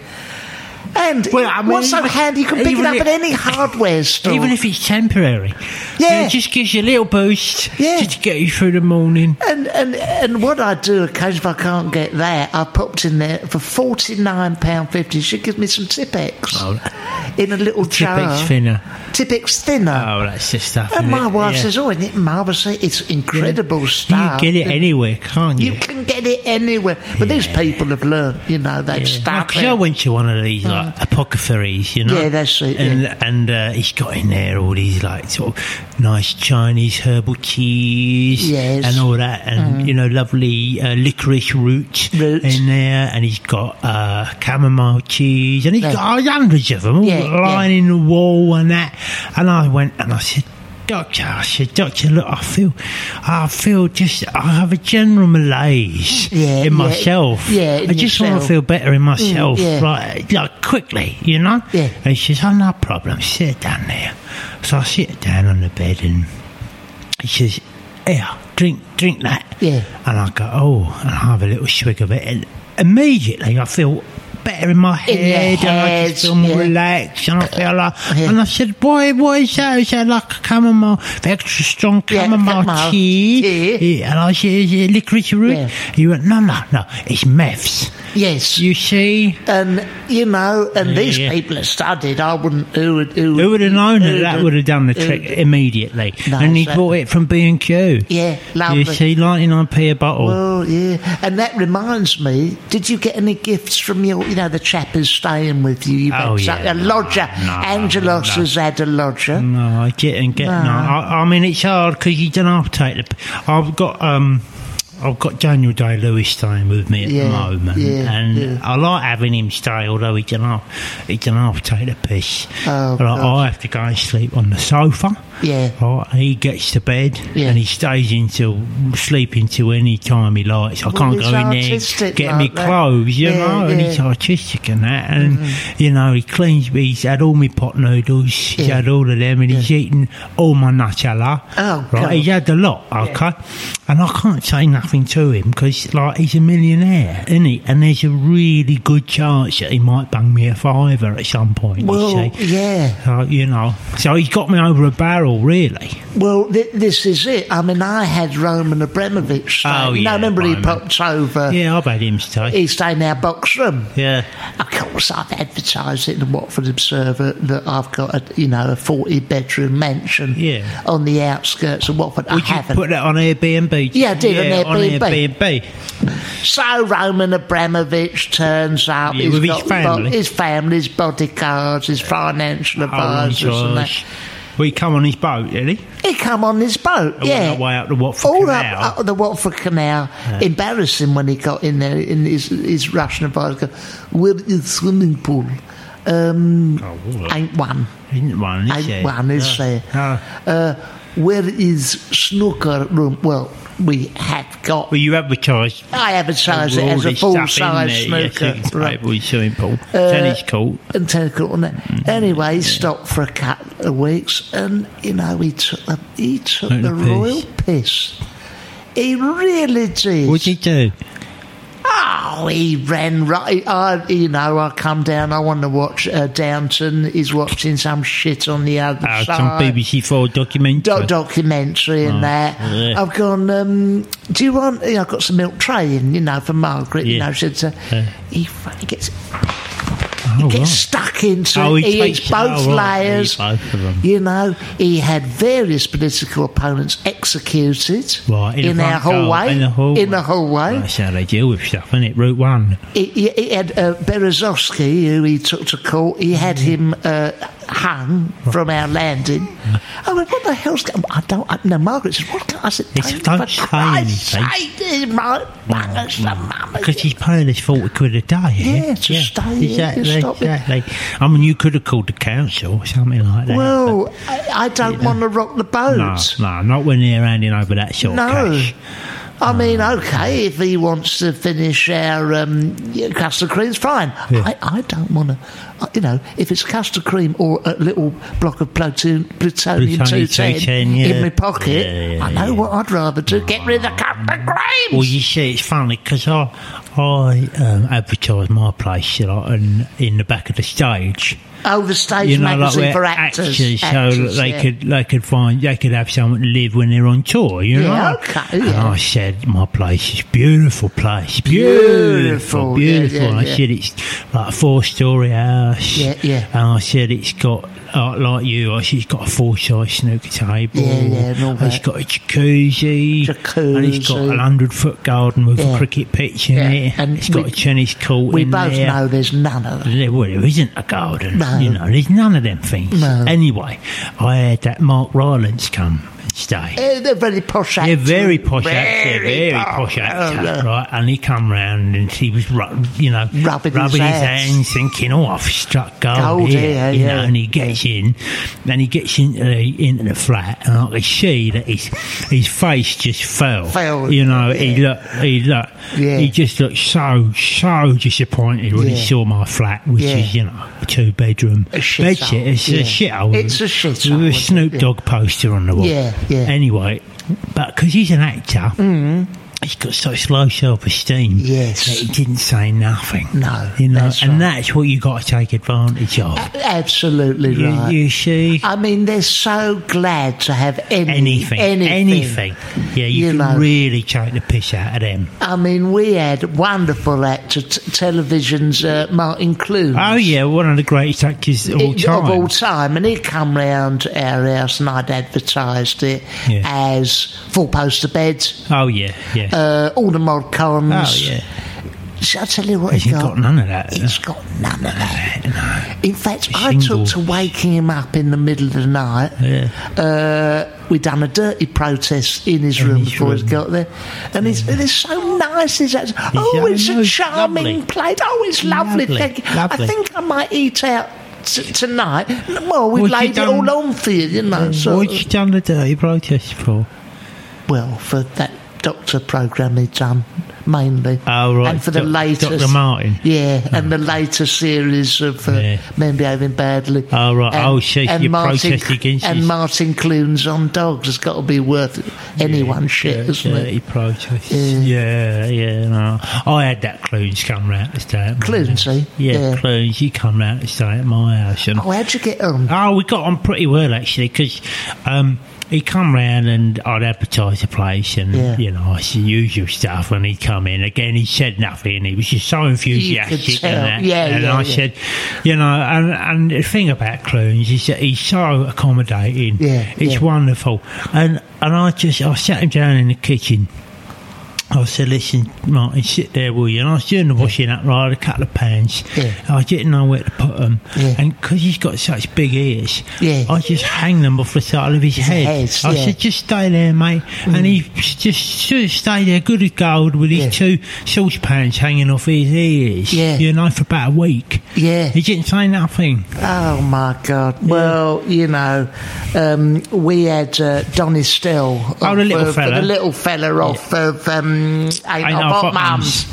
Speaker 1: And
Speaker 2: Well, I mean,
Speaker 1: what's so handy? You can pick it
Speaker 2: even
Speaker 1: up
Speaker 2: if-
Speaker 1: at any hardware store.
Speaker 2: [laughs] Even if it's temporary.
Speaker 1: Oh. Yeah.
Speaker 2: It just gives you a little boost.
Speaker 1: Yeah.
Speaker 2: Just to get you through the morning.
Speaker 1: and, and and what I do occasionally if I can't get that, I popped in there for forty nine pound fifty. She gives me some Tippex
Speaker 2: Oh.
Speaker 1: in a little jar.
Speaker 2: Tipex thinner.
Speaker 1: Tippex thinner.
Speaker 2: Oh, that's the stuff.
Speaker 1: and
Speaker 2: isn't
Speaker 1: my
Speaker 2: it?
Speaker 1: wife
Speaker 2: Yeah.
Speaker 1: says, "Oh, isn't it marvelous? It's incredible
Speaker 2: You
Speaker 1: stuff."
Speaker 2: get it anywhere, can't you?
Speaker 1: You can get it anywhere. But these people have learned, you know, they've started.
Speaker 2: Because I went to one of these like apothecaries, you know.
Speaker 1: Yeah, that's it,
Speaker 2: And and uh, he's got in there all these like sort of nice Chinese herbal teas,
Speaker 1: Yes. Mm.
Speaker 2: and all that, and you know, lovely uh, licorice root,
Speaker 1: Root.
Speaker 2: in there, and he's got uh, chamomile cheese, and he's
Speaker 1: Yeah.
Speaker 2: got oh, hundreds of them all
Speaker 1: Yeah,
Speaker 2: lining the wall and that. And I went and I said. Doctor, I said, Doctor, look, I feel, I feel just, I have a general malaise
Speaker 1: Yeah,
Speaker 2: in
Speaker 1: yeah.
Speaker 2: myself.
Speaker 1: Yeah, in
Speaker 2: I just want
Speaker 1: yourself.
Speaker 2: to feel better in myself,
Speaker 1: Mm, yeah.
Speaker 2: right? Like quickly, you know.
Speaker 1: Yeah.
Speaker 2: And she says, "Oh, no problem. Sit down there." So I sit down on the bed, and she says, "Here, drink, drink that."
Speaker 1: Yeah.
Speaker 2: And I go, "Oh," and I have a little swig of it, and immediately I feel better in my
Speaker 1: In your
Speaker 2: head, and I just
Speaker 1: head,
Speaker 2: feel more
Speaker 1: yeah.
Speaker 2: relaxed, and I feel like.
Speaker 1: Yeah.
Speaker 2: And I said, "Why, why is that?" She said, "Like chamomile, the extra strong
Speaker 1: Yeah,
Speaker 2: chamomile
Speaker 1: chamomile
Speaker 2: tea."
Speaker 1: tea.
Speaker 2: Yeah, And I said, "Is it licorice root?"
Speaker 1: Yeah.
Speaker 2: You went, "No, no, no. It's meths."
Speaker 1: Yes.
Speaker 2: You see,
Speaker 1: and, you know, and these
Speaker 2: yeah.
Speaker 1: people have studied. I wouldn't. Who would, who,
Speaker 2: who would have known that
Speaker 1: who
Speaker 2: that would have done the trick immediately?
Speaker 1: No,
Speaker 2: and he
Speaker 1: so-
Speaker 2: bought it from B and Q.
Speaker 1: Yeah,
Speaker 2: You
Speaker 1: lovely.
Speaker 2: see, ninety nine p a bottle.
Speaker 1: Oh, yeah. And that reminds me, did you get any gifts from your, you know, the chap who's staying with you? You've
Speaker 2: Oh,
Speaker 1: had so- a
Speaker 2: yeah.
Speaker 1: lodger.
Speaker 2: No,
Speaker 1: Angelos
Speaker 2: no. Mm,
Speaker 1: has had a lodger.
Speaker 2: no, I didn't get. No, I, I mean it's hard because you don't have to take the. I've got um, I've got Daniel Day Lewis staying with me at
Speaker 1: Yeah,
Speaker 2: the moment,
Speaker 1: yeah,
Speaker 2: and
Speaker 1: yeah.
Speaker 2: I like having him stay, although he don't have, he don't have to take the piss.
Speaker 1: Oh,
Speaker 2: Like,
Speaker 1: God.
Speaker 2: I have to go and sleep on the sofa.
Speaker 1: Yeah.
Speaker 2: Right, he gets to bed
Speaker 1: Yeah.
Speaker 2: and he stays until sleep until any time he likes. I
Speaker 1: Well,
Speaker 2: can't
Speaker 1: it's
Speaker 2: go in there
Speaker 1: artistic
Speaker 2: and get
Speaker 1: like
Speaker 2: me
Speaker 1: that.
Speaker 2: clothes, you
Speaker 1: Yeah,
Speaker 2: know, and
Speaker 1: yeah.
Speaker 2: he's artistic and that. And
Speaker 1: Mm-hmm.
Speaker 2: you know, he cleans me. He's had all my pot noodles. He's
Speaker 1: Yeah.
Speaker 2: had all of them, and he's eaten all my nutella.
Speaker 1: Oh,
Speaker 2: right,
Speaker 1: God.
Speaker 2: he's had a lot, okay. And I can't say nothing to him because, like, he's a millionaire, isn't he? And there's a really good chance that he might bang me a fiver at some point.
Speaker 1: Well,
Speaker 2: you see.
Speaker 1: yeah.
Speaker 2: So, you know, so he's got me over a barrel, really.
Speaker 1: Well, th- this is it. I mean, I had Roman Abramovich. Staying.
Speaker 2: Oh,
Speaker 1: Now,
Speaker 2: yeah,
Speaker 1: remember he
Speaker 2: Roman.
Speaker 1: popped over.
Speaker 2: Yeah, I've had him stay.
Speaker 1: He stayed in our box room.
Speaker 2: Yeah.
Speaker 1: Of course, I've advertised it in the Watford Observer that I've got a you know a forty bedroom mansion
Speaker 2: Yeah.
Speaker 1: on the outskirts of Watford.
Speaker 2: Would
Speaker 1: I
Speaker 2: you
Speaker 1: haven't.
Speaker 2: put that on Airbnb?
Speaker 1: Yeah, I did on Airbnb.
Speaker 2: Airbnb.
Speaker 1: so Roman Abramovich turns up.
Speaker 2: Yeah,
Speaker 1: he's
Speaker 2: with his
Speaker 1: got bo-
Speaker 2: family.
Speaker 1: his family, his bodyguards, his financial
Speaker 2: Oh, my
Speaker 1: advisors, and that.
Speaker 2: gosh. Well, he come on his boat, did he?
Speaker 1: He come on his boat,
Speaker 2: All
Speaker 1: yeah.
Speaker 2: that way up the Watford
Speaker 1: All
Speaker 2: Canal.
Speaker 1: up, up the Watford Canal. Embarrassing when he got in there in his, his Russian advisor. Where is swimming pool? Um,
Speaker 2: Oh, well,
Speaker 1: ain't one.
Speaker 2: isn't one, is
Speaker 1: ain't
Speaker 2: there?
Speaker 1: one, is there?
Speaker 2: No.
Speaker 1: Uh, where is snooker room? Well, we have got.
Speaker 2: Well, you advertised.
Speaker 1: I advertise it
Speaker 2: all
Speaker 1: as a
Speaker 2: this stuff
Speaker 1: full
Speaker 2: in
Speaker 1: size
Speaker 2: there, yes,
Speaker 1: snooker
Speaker 2: you can
Speaker 1: room
Speaker 2: play with swimming pool,
Speaker 1: Uh,
Speaker 2: tennis court.
Speaker 1: and take it on it.
Speaker 2: Mm-hmm.
Speaker 1: Anyway, he stopped for a couple of weeks, and you know he took the he took
Speaker 2: Took
Speaker 1: the
Speaker 2: the piss.
Speaker 1: royal piss. He really did.
Speaker 2: What'd you do?
Speaker 1: Oh, he ran right. I, you know, I come down. I want to watch uh, Downton. He's watching some shit on the other
Speaker 2: Oh, some
Speaker 1: side.
Speaker 2: BBC Four documentary.
Speaker 1: Do- documentary and that.
Speaker 2: Oh, yeah.
Speaker 1: I've gone, um, do you want, you know, I've got some milk tray in, you know, for Margaret, you
Speaker 2: Yeah.
Speaker 1: know, she said, uh,
Speaker 2: Yeah.
Speaker 1: he fucking gets, he
Speaker 2: Oh,
Speaker 1: gets
Speaker 2: right.
Speaker 1: stuck into
Speaker 2: Oh,
Speaker 1: it.
Speaker 2: he
Speaker 1: He, eats
Speaker 2: takes-
Speaker 1: both
Speaker 2: oh, right, he
Speaker 1: layers,
Speaker 2: eats both of 'em.
Speaker 1: you know. He had various political opponents executed
Speaker 2: Right, in the
Speaker 1: in, our
Speaker 2: front garden,
Speaker 1: hallway.
Speaker 2: in the hallway.
Speaker 1: In the hallway.
Speaker 2: That's how they deal with stuff, isn't it? Route one.
Speaker 1: He, he he had uh, Berezovsky, who he took to court. He had
Speaker 2: Mm-hmm.
Speaker 1: him uh, hung from our landing. I went, what the hell's going? I don't. I, no, Margaret said, what? can I said,
Speaker 2: It's- don't
Speaker 1: for
Speaker 2: say
Speaker 1: Christ's
Speaker 2: anything.
Speaker 1: sake, eh, Mar- Margaret's the mama.
Speaker 2: Because he's paying us 40 quid a day. eh?
Speaker 1: Yeah, to stay here,
Speaker 2: Exactly,
Speaker 1: to stop it.
Speaker 2: exactly. I mean, you could have called the council or something like that.
Speaker 1: Well, I, I don't want to rock the boat.
Speaker 2: but- no, no, not when they're handing over that sort
Speaker 1: No.
Speaker 2: of cash.
Speaker 1: I mean, okay, if he wants to finish our um, yeah, custard creams, fine.
Speaker 2: Yeah.
Speaker 1: I, I don't want to, you know, if it's custard cream or a little block of platoon, plutonium,
Speaker 2: Plutonium
Speaker 1: 210
Speaker 2: 210, yeah.
Speaker 1: in my pocket,
Speaker 2: Yeah, yeah,
Speaker 1: I know
Speaker 2: yeah. Mm.
Speaker 1: what I'd rather do. Get rid of the custard creams!
Speaker 2: Well, you see, it's funny because I, I um, advertise my place you know, and in the back of the stage.
Speaker 1: oh, the stage
Speaker 2: you know, like
Speaker 1: magazine
Speaker 2: we're
Speaker 1: for actors.
Speaker 2: actors, so
Speaker 1: Actors,
Speaker 2: that they
Speaker 1: yeah.
Speaker 2: could they could find they could have someone to live when they're on tour. You
Speaker 1: Yeah,
Speaker 2: know.
Speaker 1: okay,
Speaker 2: And
Speaker 1: yeah.
Speaker 2: I said, my place is beautiful place,
Speaker 1: Beautiful,
Speaker 2: beautiful,
Speaker 1: yeah,
Speaker 2: beautiful.
Speaker 1: yeah,
Speaker 2: And I
Speaker 1: yeah.
Speaker 2: said it's like a four story house.
Speaker 1: Yeah, yeah.
Speaker 2: And I said it's got. Uh, like you, I said it's got a full size snooker table.
Speaker 1: Yeah, yeah, and all
Speaker 2: It's
Speaker 1: that.
Speaker 2: got a jacuzzi, and it's got
Speaker 1: Jacuzzi.
Speaker 2: a hundred foot garden with
Speaker 1: Yeah.
Speaker 2: a cricket pitch in
Speaker 1: Yeah,
Speaker 2: it.
Speaker 1: and
Speaker 2: it's got
Speaker 1: we-
Speaker 2: a tennis court.
Speaker 1: We
Speaker 2: in
Speaker 1: both
Speaker 2: there.
Speaker 1: know there's none of them.
Speaker 2: There, well, there isn't a garden.
Speaker 1: No.
Speaker 2: You know, there's none of them things.
Speaker 1: No.
Speaker 2: Anyway, I had that Mark Rylance come and stay.
Speaker 1: Eh, They're very posh
Speaker 2: They're
Speaker 1: actors.
Speaker 2: very posh
Speaker 1: very
Speaker 2: actor, very posh actor,
Speaker 1: Oh, no.
Speaker 2: right? And he come round and he was, ru- you know,
Speaker 1: Rubbing his hands.
Speaker 2: hands, thinking, "Oh, I've struck gold,
Speaker 1: Gold
Speaker 2: here,"
Speaker 1: here,
Speaker 2: you
Speaker 1: yeah.
Speaker 2: know. And he gets in, and he gets into the, into the flat, and I could see that his his face just fell.
Speaker 1: Fell,
Speaker 2: you know. He
Speaker 1: yeah.
Speaker 2: looked, he looked,
Speaker 1: Yeah.
Speaker 2: he just looked so so disappointed when
Speaker 1: Yeah.
Speaker 2: he saw my flat, which
Speaker 1: Yeah.
Speaker 2: is you know a two bedroom
Speaker 1: A shit
Speaker 2: bedsit.
Speaker 1: hole,
Speaker 2: It's
Speaker 1: yeah.
Speaker 2: a shithole.
Speaker 1: It's a shithole,
Speaker 2: With
Speaker 1: isn't
Speaker 2: a
Speaker 1: it?
Speaker 2: Snoop
Speaker 1: Yeah.
Speaker 2: Dogg poster on the wall.
Speaker 1: Yeah, yeah. Mm-hmm.
Speaker 2: Anyway, but because he's an actor, he's got such low self esteem.
Speaker 1: Yes.
Speaker 2: That he didn't say nothing.
Speaker 1: No,
Speaker 2: You know,
Speaker 1: that's
Speaker 2: and
Speaker 1: right.
Speaker 2: that's what you got to take advantage of.
Speaker 1: Absolutely
Speaker 2: you,
Speaker 1: right.
Speaker 2: you see?
Speaker 1: I mean, they're so glad to have any,
Speaker 2: Anything,
Speaker 1: anything.
Speaker 2: anything. Yeah, you,
Speaker 1: You
Speaker 2: can
Speaker 1: know.
Speaker 2: really take the piss out of them.
Speaker 1: I mean, we had wonderful actor t- television's uh, Martin Clunes.
Speaker 2: Oh yeah, one of the greatest actors of all
Speaker 1: It-
Speaker 2: time.
Speaker 1: Of all time, and he'd come round to our house, and I'd advertised it
Speaker 2: Yeah.
Speaker 1: as four poster beds,
Speaker 2: oh yeah, yeah.
Speaker 1: uh, all the mod columns.
Speaker 2: oh yeah.
Speaker 1: Shall I tell you what
Speaker 2: He's
Speaker 1: he
Speaker 2: got, none of that.
Speaker 1: He's got none of that. In fact, I
Speaker 2: Shingle.
Speaker 1: took to waking him up in the middle of the night.
Speaker 2: Yeah.
Speaker 1: Uh, we done a dirty protest in his room
Speaker 2: his
Speaker 1: before he
Speaker 2: room.
Speaker 1: got there, and it's he's, it's so nice. He's actually,
Speaker 2: yeah,
Speaker 1: oh, it's
Speaker 2: no,
Speaker 1: a
Speaker 2: it's
Speaker 1: charming
Speaker 2: lovely.
Speaker 1: place. Oh, it's lovely.
Speaker 2: Lovely,
Speaker 1: Thank you. I
Speaker 2: lovely.
Speaker 1: think I might eat out t- tonight. Well, we've
Speaker 2: What you
Speaker 1: laid it
Speaker 2: done-
Speaker 1: all on for you, you know. So,
Speaker 2: What you done the dirty protest for?
Speaker 1: well, for that doctor program he done mainly.
Speaker 2: Oh, right.
Speaker 1: And for the
Speaker 2: Doc-
Speaker 1: latest
Speaker 2: Dr. Martin.
Speaker 1: Yeah, and
Speaker 2: [laughs]
Speaker 1: the later series of uh,
Speaker 2: Yeah.
Speaker 1: Men Behaving Badly.
Speaker 2: Oh, right.
Speaker 1: And,
Speaker 2: Oh, shit,
Speaker 1: and
Speaker 2: you
Speaker 1: Martin,
Speaker 2: protest against
Speaker 1: And
Speaker 2: his-
Speaker 1: Martin Clunes on dogs has got to be worth anyone shit,
Speaker 2: yeah,
Speaker 1: isn't
Speaker 2: yeah,
Speaker 1: it?
Speaker 2: He protests.
Speaker 1: Yeah.
Speaker 2: Yeah, yeah. no. I had that Clunes come round to stay at
Speaker 1: Clunes,
Speaker 2: my
Speaker 1: eh?
Speaker 2: house. Yeah,
Speaker 1: Yeah.
Speaker 2: Clunes. He come round to stay at my house. And,
Speaker 1: Oh, how'd you get on?
Speaker 2: oh, we got on pretty well actually because um, he come round and I'd advertise the place and
Speaker 1: Yeah.
Speaker 2: you know it's the usual stuff. And he'd come in again. He said nothing. He was just so enthusiastic.
Speaker 1: tell.
Speaker 2: And, that.
Speaker 1: Yeah,
Speaker 2: and
Speaker 1: yeah,
Speaker 2: I
Speaker 1: yeah.
Speaker 2: said, you know, and, and the thing about Clunes is that he's so accommodating.
Speaker 1: Yeah,
Speaker 2: it's
Speaker 1: yeah.
Speaker 2: wonderful. And and I just I sat him down in the kitchen. I said, listen, Martin, sit there, will you? And I was doing the washing up, right? I had a couple of pans.
Speaker 1: Yeah.
Speaker 2: I didn't know where to put them.
Speaker 1: Yeah.
Speaker 2: And because he's got such big ears,
Speaker 1: Yeah.
Speaker 2: I just hang them off the side of his head.
Speaker 1: heads,
Speaker 2: I
Speaker 1: yeah. Mm.
Speaker 2: said, just stay there, mate. And he just sort of stayed there, good as gold, with his
Speaker 1: Yeah.
Speaker 2: two saucepans hanging off his ears.
Speaker 1: Yeah.
Speaker 2: You know, for about a week.
Speaker 1: Yeah.
Speaker 2: He didn't say nothing.
Speaker 1: Oh my God! Well, you know, um, we had uh, Don Estelle.
Speaker 2: Oh, the
Speaker 1: of,
Speaker 2: little
Speaker 1: uh, for
Speaker 2: fella.
Speaker 1: the little fella off of um, Ain't,
Speaker 2: Ain't
Speaker 1: No
Speaker 2: No
Speaker 1: Bot
Speaker 2: Bot
Speaker 1: Mums,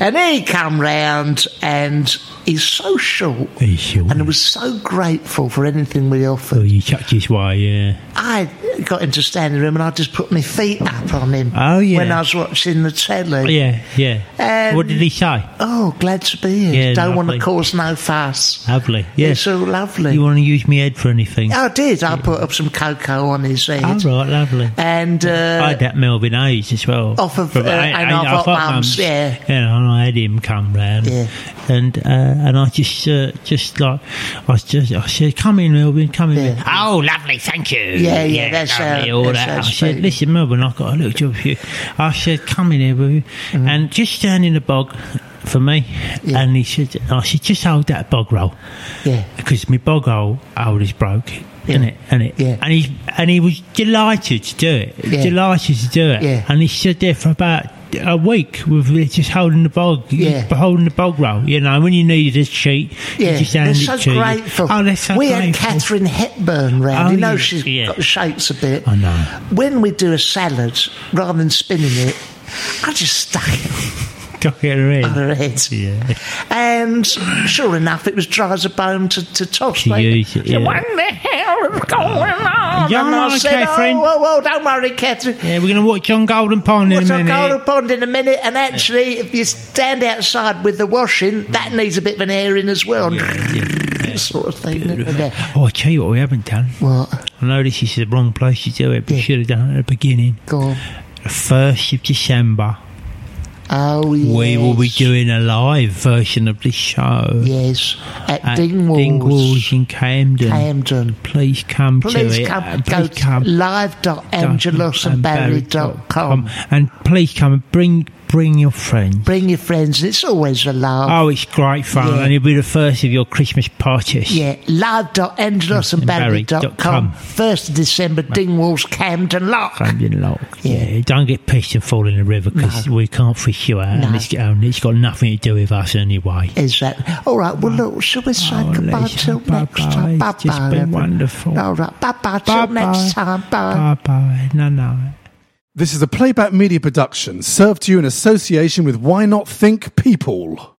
Speaker 1: and he come round and is so short.
Speaker 2: He's short.
Speaker 1: And I was so grateful for anything we
Speaker 2: So
Speaker 1: offered.
Speaker 2: you oh, chucked his way, yeah.
Speaker 1: I got into standing room and I just put my feet up on him.
Speaker 2: Oh, yeah. Oh,
Speaker 1: When I was watching the telly.
Speaker 2: Yeah, yeah.
Speaker 1: Um,
Speaker 2: what did he say?
Speaker 1: Oh, glad to be here.
Speaker 2: Yeah,
Speaker 1: Don't want
Speaker 2: lovely.
Speaker 1: to cause no fuss.
Speaker 2: Lovely. Yes.
Speaker 1: It's all lovely.
Speaker 2: You want to use me head for anything?
Speaker 1: I did. I put up some cocoa on his head.
Speaker 2: All Oh, right, lovely.
Speaker 1: And
Speaker 2: I
Speaker 1: uh,
Speaker 2: had that Melvin Hayes as well.
Speaker 1: Off of,
Speaker 2: From-
Speaker 1: uh, and off of
Speaker 2: Hot
Speaker 1: Mums, yeah.
Speaker 2: Yeah, and I had him come round.
Speaker 1: Yeah.
Speaker 2: And uh, and I just uh, just like I was just I said, "Come in, Melvin, come in."
Speaker 1: Yeah.
Speaker 2: Oh, lovely, thank you.
Speaker 1: Yeah, yeah, that's
Speaker 2: lovely,
Speaker 1: how-
Speaker 2: all
Speaker 1: that's uh,
Speaker 2: that.
Speaker 1: how
Speaker 2: I
Speaker 1: it's
Speaker 2: said,
Speaker 1: been.
Speaker 2: "Listen, Melvin, I've got a little job for you." I said, "Come in here, will you?" And just down in the bog for me.
Speaker 1: Mm-hmm. Yeah.
Speaker 2: And he said, "I said, just hold that bog roll."
Speaker 1: yeah,
Speaker 2: because my bog hole hole is broke,
Speaker 1: Yeah.
Speaker 2: isn't it? And it,
Speaker 1: Yeah.
Speaker 2: and he and he was delighted to do it,
Speaker 1: Yeah.
Speaker 2: delighted to do it,
Speaker 1: Yeah.
Speaker 2: and he stood there for about a week with it just holding the bog,
Speaker 1: Yeah.
Speaker 2: holding the bog roll. You know, when you needed a sheet, you
Speaker 1: yeah.
Speaker 2: just
Speaker 1: They're
Speaker 2: handed
Speaker 1: so
Speaker 2: it to you.
Speaker 1: grateful.
Speaker 2: Oh, they're so
Speaker 1: we
Speaker 2: grateful.
Speaker 1: had Catherine Hepburn round.
Speaker 2: Oh,
Speaker 1: you know
Speaker 2: yeah,
Speaker 1: she's
Speaker 2: yeah.
Speaker 1: got shapes a bit.
Speaker 2: I know.
Speaker 1: When we do a salad, rather than spinning it, I just stuck it
Speaker 2: [laughs] Got it right.
Speaker 1: on her head.
Speaker 2: Yeah.
Speaker 1: And sure enough, it was dry as a bone to, to toss.
Speaker 2: To
Speaker 1: mate.
Speaker 2: use it,
Speaker 1: So
Speaker 2: yeah.
Speaker 1: What the hell is going on?
Speaker 2: You're
Speaker 1: and I
Speaker 2: right,
Speaker 1: said,
Speaker 2: Catherine.
Speaker 1: oh, whoa, whoa, don't worry, Catherine.
Speaker 2: Yeah, we're gonna watch John Golden Pond in
Speaker 1: What's
Speaker 2: a
Speaker 1: on
Speaker 2: minute.
Speaker 1: Golden Pond in a minute, and actually, if you stand outside with the washing, that needs a bit of an airing as well. [laughs] That sort of thing. isn't it?
Speaker 2: Oh, I tell you what, we haven't done.
Speaker 1: What?
Speaker 2: I know this is the wrong place to do it, but we
Speaker 1: Yeah.
Speaker 2: should have done it at the beginning.
Speaker 1: Go on.
Speaker 2: The first of December.
Speaker 1: Oh, yes.
Speaker 2: We will be doing a live version of this show
Speaker 1: Yes, at,
Speaker 2: at
Speaker 1: Dingwalls,
Speaker 2: Dingwalls in Camden.
Speaker 1: Camden.
Speaker 2: Please come to
Speaker 1: Please
Speaker 2: it.
Speaker 1: come,
Speaker 2: Uh,
Speaker 1: go
Speaker 2: please
Speaker 1: to
Speaker 2: come.
Speaker 1: live.angelosandbarry.com.
Speaker 2: And please come and bring bring your friends.
Speaker 1: Bring your friends, it's always a laugh.
Speaker 2: Oh, it's great fun,
Speaker 1: Yeah.
Speaker 2: and you'll be the first of your Christmas parties.
Speaker 1: Yeah, live.angelosandbarry.com. 1st of December, Dingwalls, Camden Lock.
Speaker 2: Camden Lock.
Speaker 1: Yeah.
Speaker 2: Yeah. don't get pissed and fall in the river because we can't fish you out, and
Speaker 1: No.
Speaker 2: it's, and it's got nothing to do with us anyway.
Speaker 1: Is that all right? Well, look, shall we say
Speaker 2: Oh,
Speaker 1: goodbye
Speaker 2: listen,
Speaker 1: till next
Speaker 2: bye-bye.
Speaker 1: time? Bye
Speaker 2: It's just been wonderful.
Speaker 1: All right, bye bye till
Speaker 2: Bye-bye.
Speaker 1: next time. bye.
Speaker 2: Bye bye. No, no.
Speaker 3: This is a playback media production served to you in association with Why Not Think People.